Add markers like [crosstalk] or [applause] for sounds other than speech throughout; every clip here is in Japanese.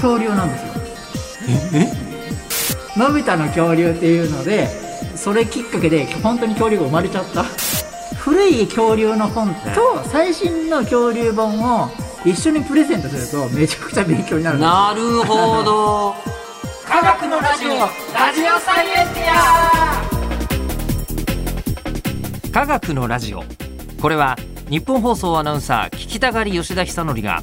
恐竜なんですよえのび太の恐竜っていうのでそれきっかけで本当に恐竜が生まれちゃった古い恐竜の本と最新の恐竜本を一緒にプレゼントするとめちゃくちゃ勉強になるんですなるほど [laughs] 科学のラジオラジオサイエンティ科学のラジオこれは日本放送アナウンサー聞きたがり吉田久典が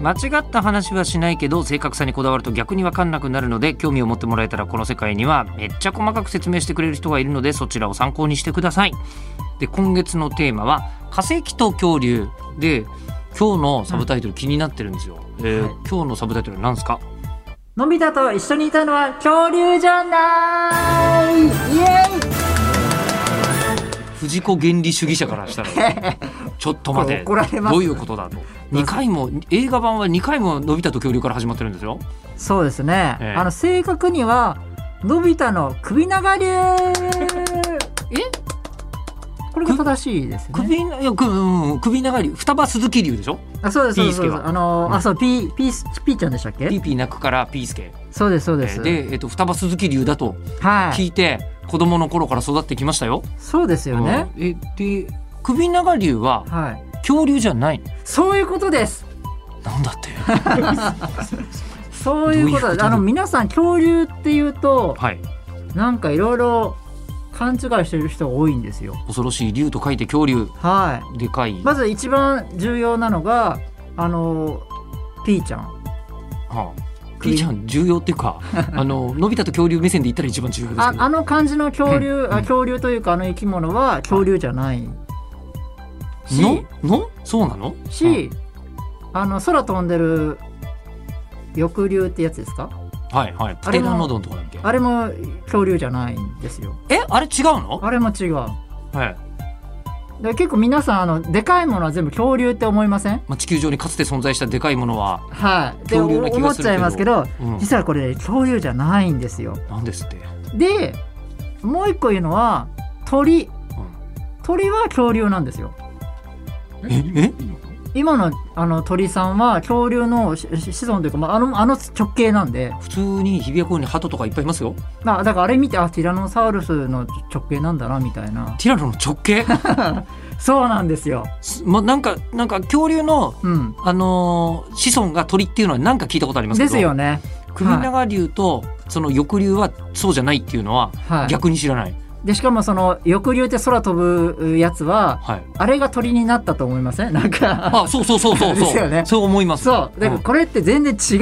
間違った話はしないけど正確さにこだわると逆に分かんなくなるので興味を持ってもらえたらこの世界にはめっちゃ細かく説明してくれる人がいるのでそちらを参考にしてください。で今月のテーマは化石と恐竜で今日のサブタイトル気になってるんですよ。えーはい今日のサブタイトルなんですかのび太と一緒にいたのは恐竜じゃないイエーイ藤子原理主義者からしたら [laughs] ちょっと待て怒られますどういうことだと2回も映画版は2回も「のび太と恐竜」から始まってるんですよそうですね、ええあの正確にはのび太の首長 [laughs] 竜えこれが正しいですね首いやくうん首長い双葉鈴木流でしょあそうですそうですそうでピースケすはあのーうんあそうピーピースピーちゃんでしたっけピーピー泣くからピースケそうですそうえです、ーで、えっと双葉鈴木流だとは聞いいて、子供の頃から育ってきましたよ。そうですよね、うんえで首長竜ははい恐竜じゃないのそういうことですなん [laughs] だってそういうことどういうことですだあの皆さん恐竜っていうとはいなんかいろいろ勘違いしてる人が多いんですよ恐ろしい竜と書いて恐竜はいでかい、まず一番重要なのがあのーピーちゃんはあ、ピーちゃん重要ってい [laughs] うかあののび太と恐竜目線で言ったら一番重要ですけあどあの感じの恐竜、うんあ恐竜というかあの生き物は恐竜じゃないし、ののそうなのし、あの空飛んでる翼竜ってやつですかうんはいはいプテラノドンとかだっけあれも恐竜じゃないんですよえあれ違うのあれも違うはい、で結構皆さんあのでかいものは全部恐竜って思いませんまあ、地球上にかつて存在したでかいものは、はいって恐竜な気思がっするけどちゃいますけどうん、実はこれ、ね、恐竜じゃないんですよなんですってでもう一個言うのは鳥鳥は恐竜なんですよええ今のあの鳥さんは恐竜のしし子孫というか、まあ、あのあの直径なんで、普通に日比谷公園に鳩とかいっぱいいますよまあ、だからあれ見てあティラノサウルスの直径なんだなみたいなティラノの直径、そうなんですよ、すま、なんかなんか恐竜のうん、あのー子孫が鳥っていうのはなんか聞いたことありますけでどすよね、首長竜とその翼竜はそうじゃないっていうのははい、逆に知らない、でしかもその翼竜って空飛ぶやつははい、あれが鳥になったと思いません [laughs] なんかあそうそうそうそうでそすよう、ねそう思いますそうだからんこれって全然違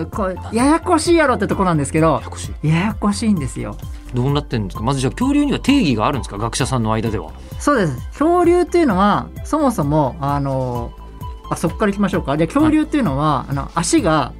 うこうややこしいやろってとこなんですけどややこしいややこしいんですよどうなってるんですかまずじゃあ恐竜には定義があるんですか学者さんの間ではそうです恐竜っていうのはそもそもあのあそこから行きましょうかで恐竜っていうのは、あの足が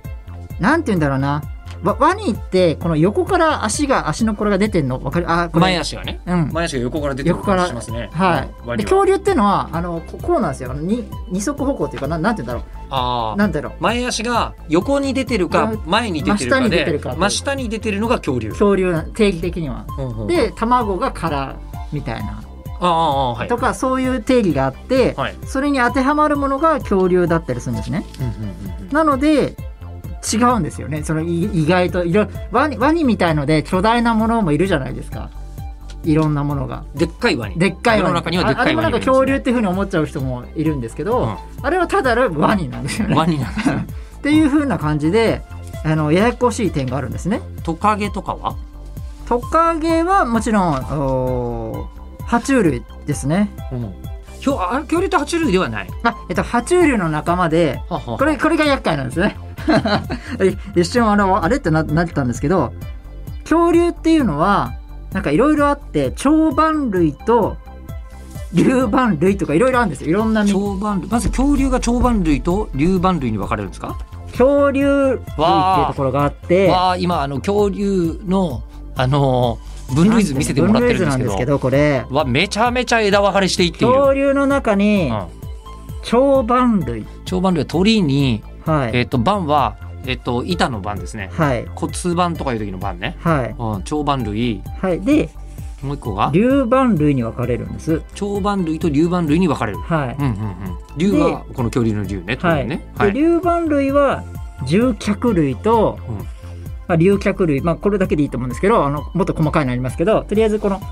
なんて言うんだろうなワワニってこの横から足が足のこれが出てるのわかるあこれ前足がねうん前足が横から出てる横から感じしますねはい、で割り恐竜っていうのはあのここうなんですよあのに二足歩行っていうかななんて言うんだろあうあなんて言うんだろ前足が横に出てるかうん前に出てるか真下に出てでるか真下に出てるのが恐竜う恐竜な定義的には。うんうんで卵が殻みたいなああああはいとかそういう定義があって、はいそれに当てはまるものが恐竜だったりするんですね。うんうんうんなので違うんですよねそのい意外といろワニワニみたいので巨大なものもいるじゃないですかいろんなものがうんでっかいワニでっかい世ワのニ中にはでっあかれいもワなんニかがいるんですね恐竜っていうふうに思っちゃう人もいるんですけど、うんあれはただのワニなんですよねワニなんですねっていうふうな感じであのややこしい点があるんですね [laughs] トカゲとかはトカゲはもちろんおー爬虫類ですねうんひょあ恐竜と爬虫類ではないあ、えっと、爬虫類の仲間でここれこれが厄介なんですね [laughs] 一瞬あのあれってななってたんですけど恐竜っていうのはなんかいろいろあって蝶番類と竜番類とかいろいろあるんですよいろんなみ長板類まず恐竜が長板類と竜板類に分かれるんですか恐竜類っていうところがあってわあ今あの恐竜のあのー分類図見せてもらってるんですけ分類図なんですどけどこれわめちゃめちゃ枝分かれしていっている、恐竜の中にうん長板類長板類は鳥に、はいえっと板は、えっと板の板ですねはい骨盤とかいう時の板ね、はいうん、長板類はいでもう一個が竜板類に分かれるんです長板類と竜板類に分かれる、はいうんうんうん、竜はこの恐竜の竜ねは鳥い、ね、はいで竜板類は獣脚類と、うんまあ、竜脚類、まあ、これだけでいいと思うんですけどあのもっと細かいのありますけどとりあえずこの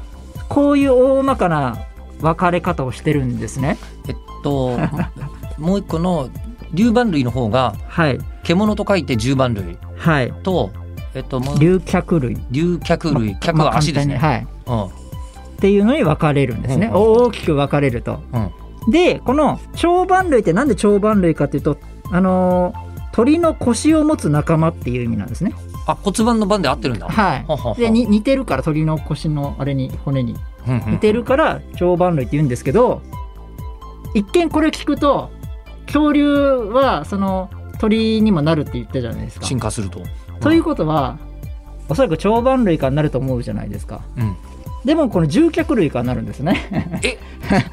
こういう大まかな分かれ方をしてるんですねえっと [laughs] もう一個の竜板類の方がはい獣と書いて十番類はいと、えっと、もう竜脚類竜脚類、脚まあは足ですね、簡単にはいっていうのに分かれるんですね、うんうん大きく分かれると、うんでこの長板類ってなんで長板類かっていうとあのー鳥の腰を持つ仲間っていう意味なんですねうん、あ骨盤の番で合ってるんだ、はいほうほうほうでに似てるから鳥の腰のあれに骨にうんうん似てるから長板類って言うんですけど一見これ聞くと恐竜はその鳥にもなるって言ったじゃないですか。進化するとということはおそらく長板類からなると思うじゃないですか。うんでもこの獣脚類からなるんですね。え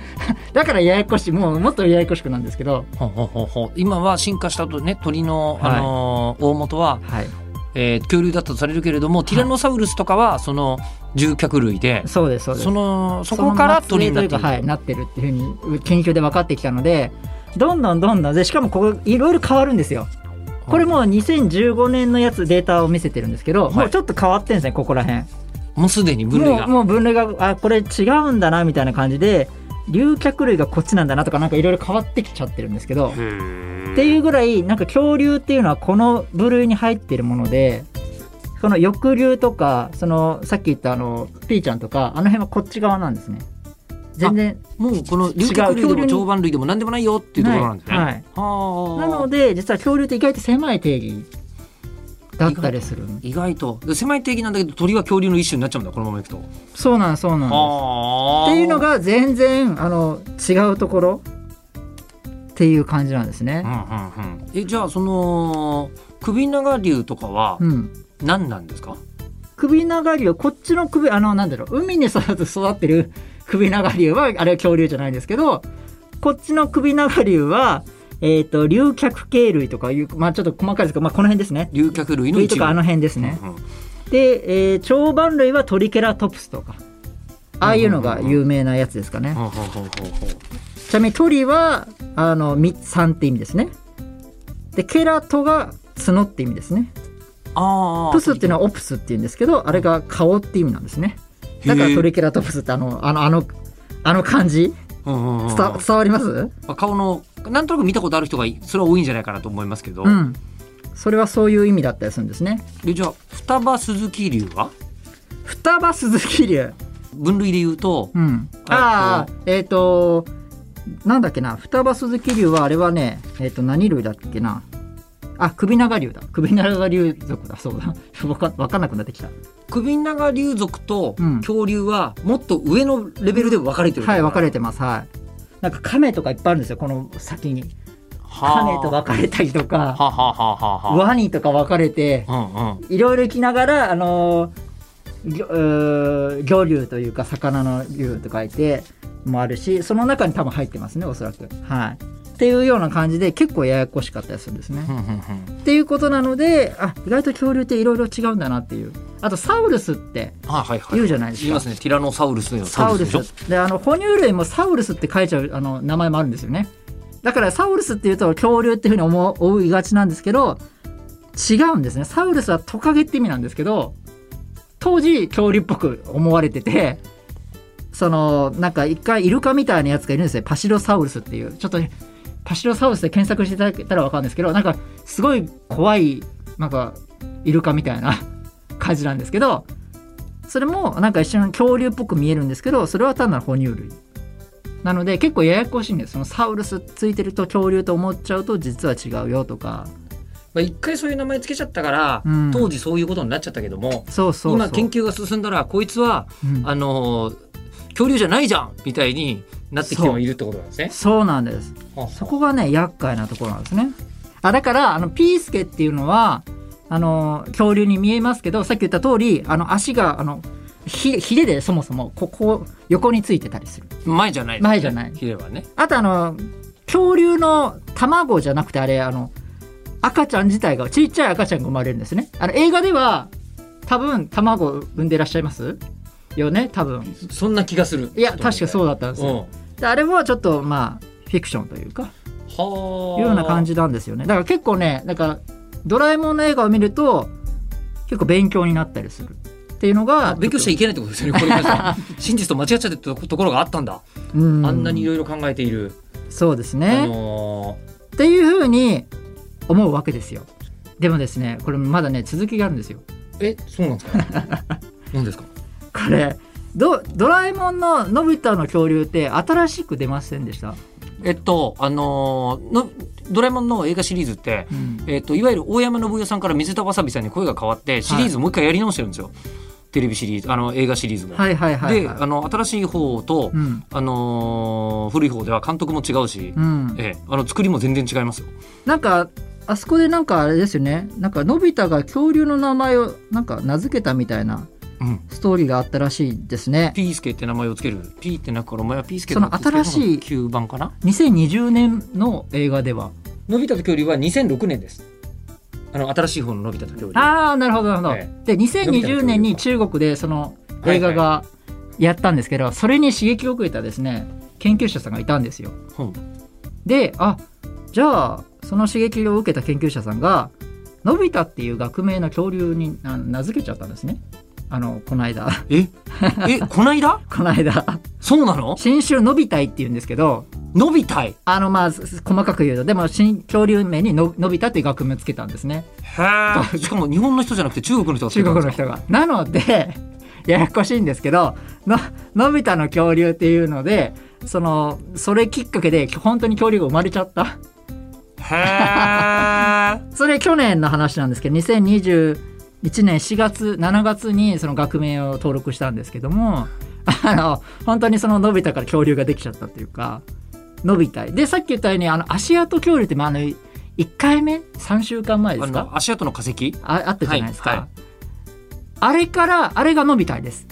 [laughs] だからややこしいもうもっとややこしくなんですけど、ほうほうほうほう今は進化したとね鳥の、はいあのー大元は、はい、えー恐竜だったとされるけれどもティラノサウルスとかはその獣脚類で、そうですそうですそ。のそこからその鳥になって末裔というかはいい、なってるっていうふうに研究で分かってきたのでどんどんどんどんでしかもここいろいろ変わるんですよこれもう2015年のやつデータを見せてるんですけど、はいもうちょっと変わってるんですねここら辺もうすでに分類もがうもう分類があこれ違うんだなみたいな感じで竜脚類がこっちなんだなとかなんかいろいろ変わってきちゃってるんですけどっっていううぐらいなんか恐竜っていうのはこの部類に入ってるものでこの翼竜とかそのさっき言ったあのピーちゃんとかあの辺はこっち側なんですね全然もうこの竜脚類でも長板類でも何でもないよっていうところなんですね、はいはあなので実は恐竜って意外と狭い定義だったりする意外とで狭い定義なんだけど鳥は恐竜の一種になっちゃうんだこのままいくと。そうなんそうなんですあっていうの、が全然あの違うところっていう感じなんですうね、んうんうん、えじゃあその首長竜とかはうん、何なんですか、首長竜こっちの首あのなんだろう海に育て育ってる首長竜はあれは恐竜じゃないですけどこっちの首長竜はえっ、と竜脚系類とかいうまあちょっと細かいですけどまあこの辺ですね竜脚類の類一と部かあの辺ですね、うんうんで、えー長板類はトリケラトプスとかああいうのが有名なやつですかね、ほうほうほうほうほうちなみにトリはあのみ3って意味ですねでケラトが角って意味ですねあープスっていうのはオプスっていうんですけどあれが顔って意味なんですねだからトリケラトプスってあのあのあのあの感じうんうんうん伝わ伝わりますまあ顔のなんとなく見たことある人がいそれは多いんじゃないかなと思いますけど、うんそれはそういう意味だったりするんですねでじゃあ双葉鈴木竜は双葉鈴木竜分類で言うと、うん、あああえっ、となんだっけな双葉鈴木竜はあれはねえっ、と何類だっけなあ首長竜だ首長竜族だそうだ [laughs] わかわかんなくなってきた首長竜族とうん恐竜はもっと上のレベルで分かれてる、はい分かれれてますはいなんか亀とかいっぱいあるんですよこの先に亀と分かれたりとかはあはあはあはあはワニとか分かれてあうんうんいろいろ生きながらあのーぎょうー魚竜というか魚の竜と書いてもあるしその中に多分入ってますねおそらく。はいっていうような感じで結構ややこしかったりするんですね。うんうんうんっていうことなのであ意外と恐竜っていろいろ違うんだなっていうあとサウルスってあはいはい言うじゃないですか。言いますねティラノサウルスのようなサウルでしょスであの哺乳類もサウルスって書いちゃうあの名前もあるんですよねだからサウルスっていうと恐竜っていうふうに思う思いがちなんですけど違うんですねサウルスはトカゲって意味なんですけど当時恐竜っぽく思われててそのなんか一回イルカみたいなやつがいるんですよパシロサウルスっていうちょっとねパシロサウルスで検索していただけたらわかるんですけどなんかすごい怖いなんかイルカみたいな感じなんですけどそれもなんか一瞬恐竜っぽく見えるんですけどそれは単なる哺乳類なので結構ややこしいんですそのサウルスついてると恐竜と思っちゃうと実は違うよとかまあ一回そういう名前つけちゃったから、うん当時そういうことになっちゃったけどもそうそうそう今研究が進んだらこいつはうんあのー恐竜じゃないじゃんみたいになってきてもいるってことなんですね。そうなんですはあはあそこがね厄介なところなんですねあだからあのピースケっていうのはあの恐竜に見えますけどさっき言った通りあの足があのひひれでそもそもここ横についてたりする前じゃない前じゃないヒレはねあとあの恐竜の卵じゃなくてあれあの赤ちゃん自体がちっちゃい赤ちゃんが生まれるんですねあの映画では多分卵を産んでらっしゃいますよね多分そんな気がするいや確かそううだったんですよんであれもちょっとまあフィクションというかはいうような感じなんですよねだから結構ねなんかドラえもんの映画を見ると結構勉強になったりするっていうのが勉強しちゃいけないってことですよ [laughs] ねこれ皆さん真実と間違っちゃってたところがあったんだうんあんなにいろいろ考えているそうですあねのっていうふうに思うわけですよでもですねこれまだね続きがあるんですよーえそうなんですか [laughs] なんですかこれドドラえもんののび太の恐竜って新しく出ませんでした、えっとあのーのドラえもんの映画シリーズってうんえっといわゆる大山信代さんから水田わさびさんに声が変わってシリーズもう一回やり直してるんですよ、テレビシリーズあの映画シリーズも。はいはいはい、であはい、の新しい方と、うんあのー古い方では監督も違うし、うん、ええ、あの作りも全然違いますよ。なんかあそこでなんかあれですよねなんかのび太が恐竜の名前をなんか名付けたみたいなうん、ストーリーがあったらしいですねピースケって名前をつけるピーってなくからお前はピースケその新しい9番かな2020年の映画ではのび太と恐竜は2006年ですあの新しい方ののび太と恐竜ああなるほどなるほど、えで2020年に中国でその映画がやったんですけど、それに刺激を受けたですね研究者さんがいたんですようんであじゃあその刺激を受けた研究者さんが「のび太」っていう学名の恐竜にあの名付けちゃったんですねあのこの間 [laughs] ええこないだこの間そうなの新種「のび太い」っていうんですけどのび太へあのまあす細かく言うとでも新恐竜名にの「のび太」っていう学名つけたんですねえ [laughs] しかも日本の人じゃなくて中国の人が中国の人が。なので [laughs] ややこしいんですけどののび太の恐竜っていうのでそのそれきっかけで本当に恐竜が生まれちゃった。へえそれ去年の話なんですけど2021年4月7月にその学名を登録したんですけどもあの本当にそののび太から恐竜ができちゃったというかのび太でさっき言ったようにあの足跡恐竜って、まあ、あの1回目3週間前であすかの足跡の化石ああったじゃないですか、はいはいあれからあれがのび太です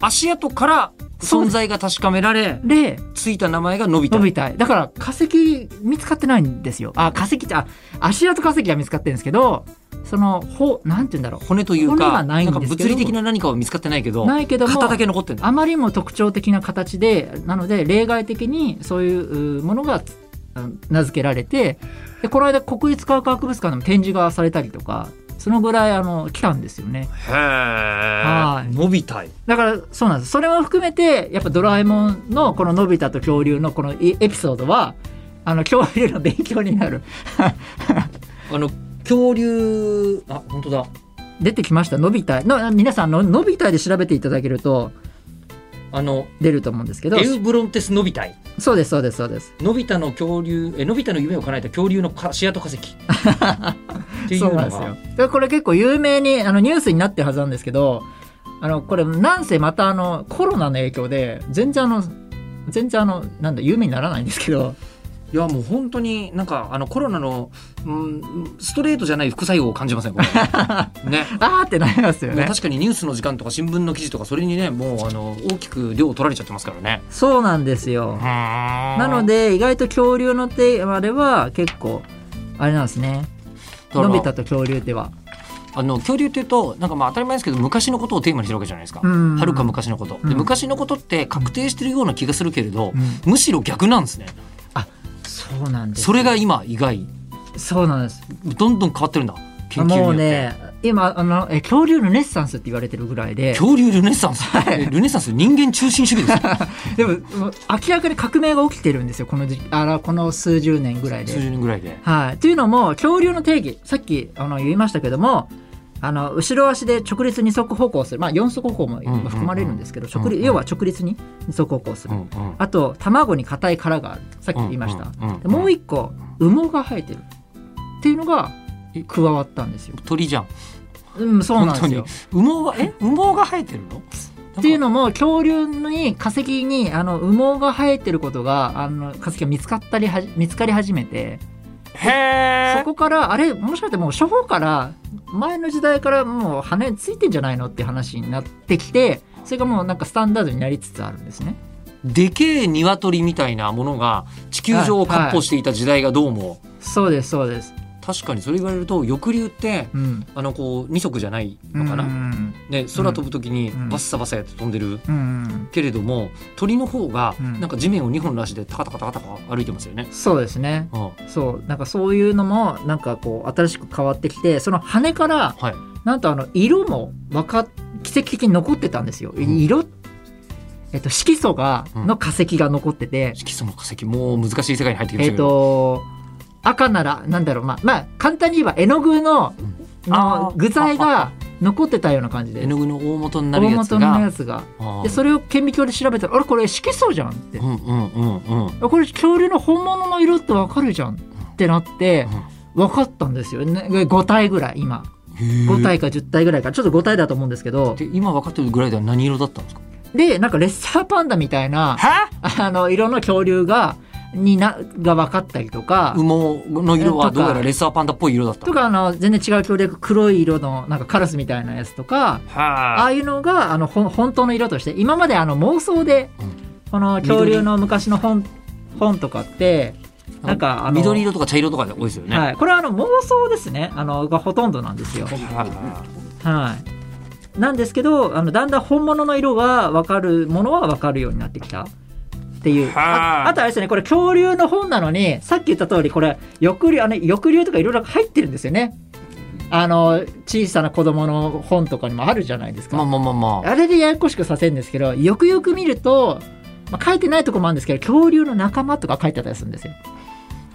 足跡から存在が確かめられでついた名前がのびの太び太だから化石見つかってないんですよあ化石ってあ足跡化石は見つかってるんですけどそのほなんて言うんだろう骨という骨かはないんなですけんかど物理的な何かは見つかってないけどないけども型だけ残ってるあまりにも特徴的な形でなので例外的にそういううものがつうん名付けられてでこの間国立科学博物館でも展示がされたりとかそのぐらいあの来たんですよねへはいえのび太だからそうなんですそれも含めてやっぱ「ドラえもん」のこの「のび太と恐竜」のこのいエピソードはあの恐竜の勉強になるあの恐竜あ本当だ出てきました「のび太」の皆さんの「のび太」で調べていただけるとあの出ると思うんですけどエウブロンテスのび太そうですそうですそうですのび太の恐竜えのび太の夢を叶えた恐竜のかシアト化 [laughs] 石っていうそうのながんですよ。でこれ結構有名にあのニュースになってるはずなんですけど、あのこれなんせまたあのコロナの影響で全然あの全然あのなんだ有名にならないんですけど、 [laughs] いやもう本当になんかあのコロナの、うん、ストレートじゃない副作用を感じません [laughs] これねあーってなりますよもうね。確かにニュースの時間とか新聞の記事とかそれにねもうあの大きく量を取られちゃってますからねそうなんですよ。ななので意外と恐竜の手あれは結構あれなんですね。のび太と恐竜では。あの恐竜っていうとなんかまあ当たり前ですけど昔のことをテーマにしてるわけじゃないですかうんはるか昔のことでうん昔のことって確定してるような気がするけれどうんむしろ逆なんですねそうなんです。それが今意外そうなんです。どんどん変わってるんだ研究によってもうね今あのえ恐竜のレッサンスって言われてるぐらいで。恐竜ルネサンス、えルネサンス人間中心主義ですよでももう明らかに革命が起きてるんですよこの時期あらこの数十年ぐらい数で。十人ぐらいで [laughs] はい、というのも恐竜の定義さっきあの言いましたけどもあの後ろ足で直立二足歩行する、まあ、四足歩行もんうん含まれるんですけど、んうん直立要は直立に二足歩行すうる、んうんあと卵に硬い殻があるさっき言いました、うんうんうんでもう一個羽毛が生えてるっていうのが加わったんですよ。鳥じゃんうん、そうなんですよ羽毛がえ羽毛が生えてるのっていうののも恐竜に化石にあの羽毛が生えてることがあの化石が見つかったりはじ見つかり始めてへそえこからあれもしかしてもう初歩から前の時代からもう羽ついてんじゃないのって話になってきてそれがもうなんかスタンダードになりつつあるんですね。でけえ鶏みたいなものが地球上を闊歩していた時代がどうも、そうですそうです。確かにそれ言われると翼竜ってうん。あのこう二足じゃないのかな、うんね、空飛ぶ時にうんバッサバサやって飛んでるうんうん。けれども鳥の方がうんなんか地面を2本の足でタカタカタカタカ歩いてますよね。そうですね。うんそうなんかそういうのもなんかこう新しく変わってきてその羽からはい、なんとあの色もわかっ奇跡的に残ってたんですよ。ん色えっと色素がうんの化石が残ってて、色素の化石もう難しい世界に入ってきまえしたっけど、と赤ならなんだろうまあまあ簡単に言えば絵の具のうんあのー具材が残ってたような感じで絵の具の大元にな大るやつ元のやがつがあーでそれを顕微鏡で調べたらあれこれ色素じゃんって、うんうんうんうんうんあこれ恐竜の本物の色ってわかるじゃんってなって分かったんですよね5体ぐらい今へー5体か10体ぐらいかちょっと5体だと思うんですけどで今分かってるぐらいでは何色だったんですかでなんかレッサーパンダみたいなはあの色の恐竜がになが分かったりとか羽毛の色はどうやらレッサーパンダっぽい色だったとかあの全然違う恐竜が黒い色のなんかカラスみたいなやつとかあはああいうのがあのほん本当の色として今まであの妄想でうんこの恐竜の昔の本本とかってなんかあの緑色とか茶色とかで多いですよね、はい、これはあの妄想ですねあのがほとんどなんですよ。ははい、なんですけどあのだんだん本物の色が分かるものは分かるようになってきたっていうはあああとあれですねこれ恐竜の本なのにさっき言った通りこれ翼竜あの翼竜とかいろいろ入ってるんですよねあの小さな子供の本とかにもあるじゃないですあまあか、まあまあまああれでややこしくさせるんですけどよくよく見ると、まあ、書いてないとこもあるんですけど恐竜の仲間とか書いてあったりするんですよ、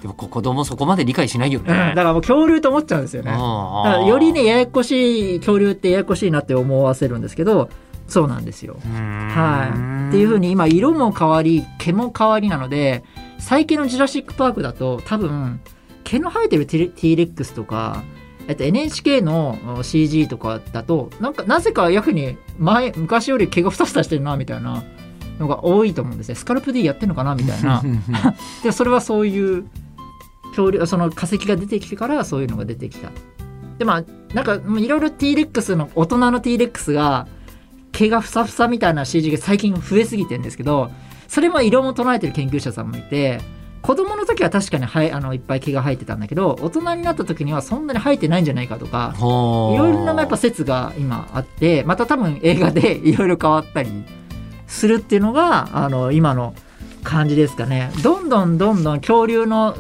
でも子供そこまで理解しないよね、だからもう恐竜と思っちゃうんですよねあだあからよりねややこしい恐竜ってややこしいなって思わせるんですけどそうなんですよ。はい、っていう風にに今色も変わり毛も変わりなので最近の「ジュラシック・パーク」だと多分毛の生えてる T- T レックスとか、えっと、NHK のお CG とかだとなんかなぜかやふに前昔より毛がふさふさしてるなみたいなのが多いと思うんですねスカルプ D やってんのかなみたいなでそれはそういう恐竜その化石が出てきてからそういうのが出てきたでまあなんかもういろいろ T レックスの大人の T レックスが毛がふさふさみたいな CG が最近増えすぎてんですけどそれも色も唱えてる研究者さんもいて子供の時は確かにはいあのいっぱい毛が生えてたんだけど大人になった時にはそんなに生えてないんじゃないかとか [laughs] ほいろいろなやっぱ説が今あってまた多分映画で [laughs] いろいろ変わったりするっていうのがあの今の感じですかねどんどんどんどん恐竜の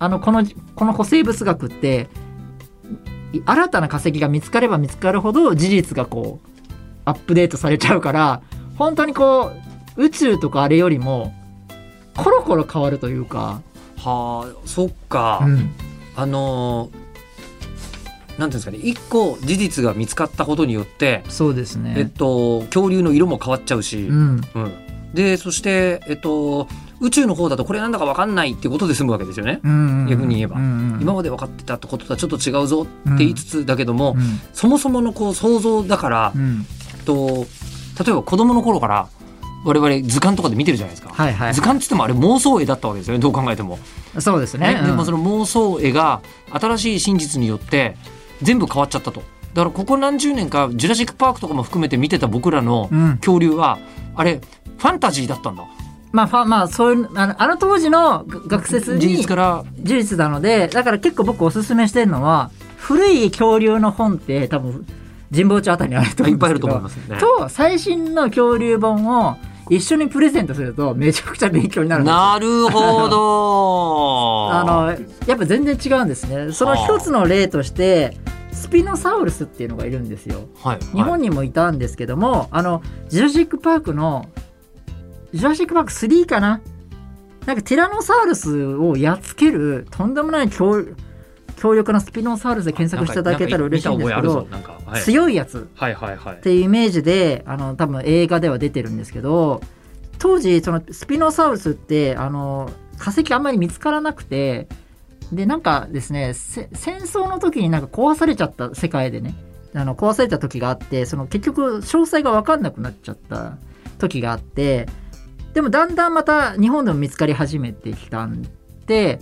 あのこのこの古生物学ってい新たな化石が見つかれば見つかるほど事実がこうアップデートされちゃうから本当にこう宇宙とかあれよりもコロコロ変わるというか、はあそっか、うんあのーなんていうんですかね一個事実が見つかったことによって、そうですね。えっと、恐竜の色も変わっちゃうし、うん、うんでそして、えっと、宇宙の方だとこれなんだか分かんないってことで済むわけですよね。うん逆に言えばうんうん今まで分かってたってこととはちょっと違うぞって言いつつだけども、うんそもそものこう想像だから、うんえっと例えば子供の頃から我々図鑑とかで見てるじゃないですか。はいはい図鑑っつってもあれ妄想絵だったわけですよねどう考えても。そうですねね。でもその妄想絵が新しい真実によって全部変わっちゃったと。だからここ何十年か「ジュラシック・パーク」とかも含めて見てた僕らのうん恐竜は、あれファンタジーだったんだまあ、ファまあ、そういう、あの、あの当時のが学説事に実から事実なので、だから結構僕おすすめしてるのは、古い恐竜の本って多分、神保町あたりにあると思いっうんですけど。ぱいあると思いますよね。と、最新の恐竜本を一緒にプレゼントすると、めちゃくちゃ勉強になるんですよなるほ [laughs] ど。あの、やっぱ全然違うんですね。その一つの例として、スピノサウルスっていうのがいるんですよ。はい、日本にもいたんですけども、あのジュラシック・パークのジュラシック・パーク3かななんかティラノサウルスをやっつけるとんでもない強強力なスピノサウルスで検索していただけたら嬉しいんですけど、なんか見た覚えあるぞなんかはい強いやつはいはいはいっていうイメージであの多分映画では出てるんですけど当時そのスピノサウルスってあの化石あんまり見つからなくてでなんかですねせ戦争の時になんか壊されちゃった世界でねあの壊された時があってその結局詳細が分かんなくなっちゃった時があってでもだんだんまた日本でも見つかり始めてきたんで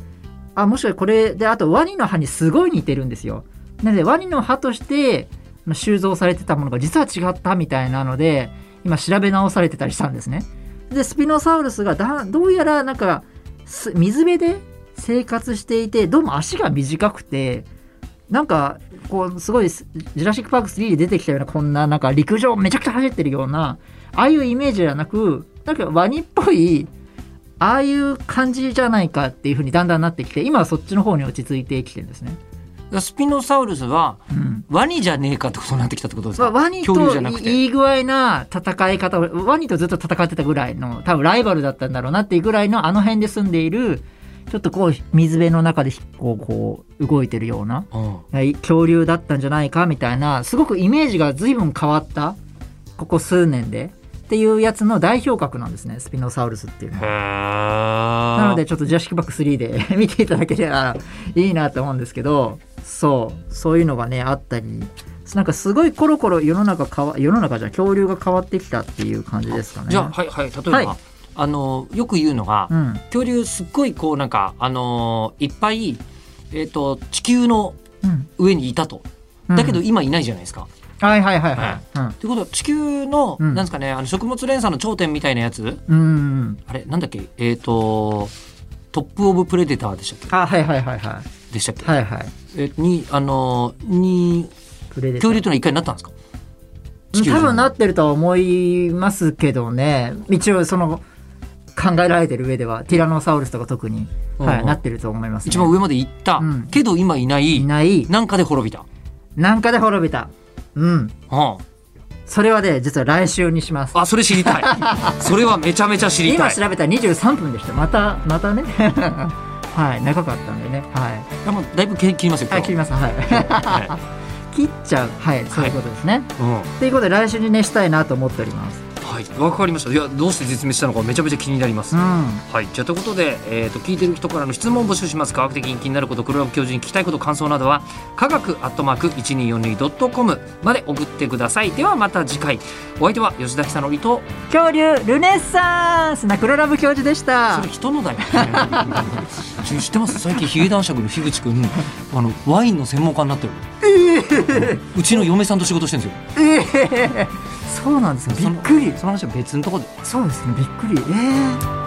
あもしかしてこれであとワニの歯にすごい似てるんですよ。なのでワニの歯としてあの収蔵されてたものが実は違ったみたいなので今調べ直されてたりしたんですね。でスピノサウルスがだどうやらなんかす水辺で生活していてどうも足が短くてなんかこうすごいジュラシック・パーク3で出てきたようなこんななんか陸上めちゃくちゃ走ってるようなああいうイメージじゃなくなんかワニっぽいああいう感じじゃないかっていう風にだんだんなってきて今はそっちの方に落ち着いてきてるんですね。スピノサウルスはうんワニじゃねえかってことになってきたってことですまあかワニ恐竜とじゃなくていい具合な戦い方をワニとずっと戦ってたぐらいの多分ライバルだったんだろうなっていうぐらいのあの辺で住んでいるちょっとこう水辺の中でこうこう動いてるようなうんはい恐竜だったんじゃないかみたいなすごくイメージが随分変わったここ数年でっていうやつの代表格なんですねスピノサウルスっていうのは。ななのでちょっとジュラシック・パーク3で [laughs] 見ていただければいいなと思うんですけどそうそういうのがねあったりなんかすごいコロコロ世の中変わ世の中じゃない恐竜が変わってきたっていう感じですかね。じゃあはいはい例えば、はいあのよく言うのが、うん、恐竜すっごいこうなんかあのいっぱいえっ、と地球のうん上にいたとうん、だけど今いないじゃないですか。はいはいはいはい。ということは地球の、うんなんですかねあの食物連鎖の頂点みたいなやつうん、うん、あれなんだっけえっ、とトップ・オブ・プレデターでしたっあはいはいはいはいけでしたっけ、はいはい。えーにあのにプレデター恐竜というのは一回なったんですか地球上多分なってるとは思いますけどね一応その考えられてる上ではティラノサウルスとか特に、うんはい、なってると思います、ね、一番上まで行った、うんけど今いないいないなんかで滅びた、なんかで滅びたうんうんそれはね実は来週にしますあそれ知りた [laughs] いそれはめちゃめちゃ知りた今い調べたら23分でしたまたまたね [laughs] はい長かったんでねはいあもうだいぶ切切りますよは今い切日りますはいは [laughs] 切っちゃうはいそういうことですね、うんはということで来週にねしたいなと思っておりますいわかりましたいやどうして絶滅したのかめちゃめちゃ気になります、うんはい、じゃあということで、えー、と聞いてる人からの質問を募集します科学的に気になること黒岩教授に聞きたいこと感想などは科学アットマーク 1242.com まで送ってくださいではまた次回お相手は吉田久典と恐竜ルネッサンスナクロラブ教授でしたそれ人のだよ、知ってます最近ヒゲ男爵の樋口君あのワインの専門家になってるうちの嫁さんと仕事してるんですよえ [laughs] えそうなんですね。びっくり。その話は別のところでそうですね。びっくり。ええ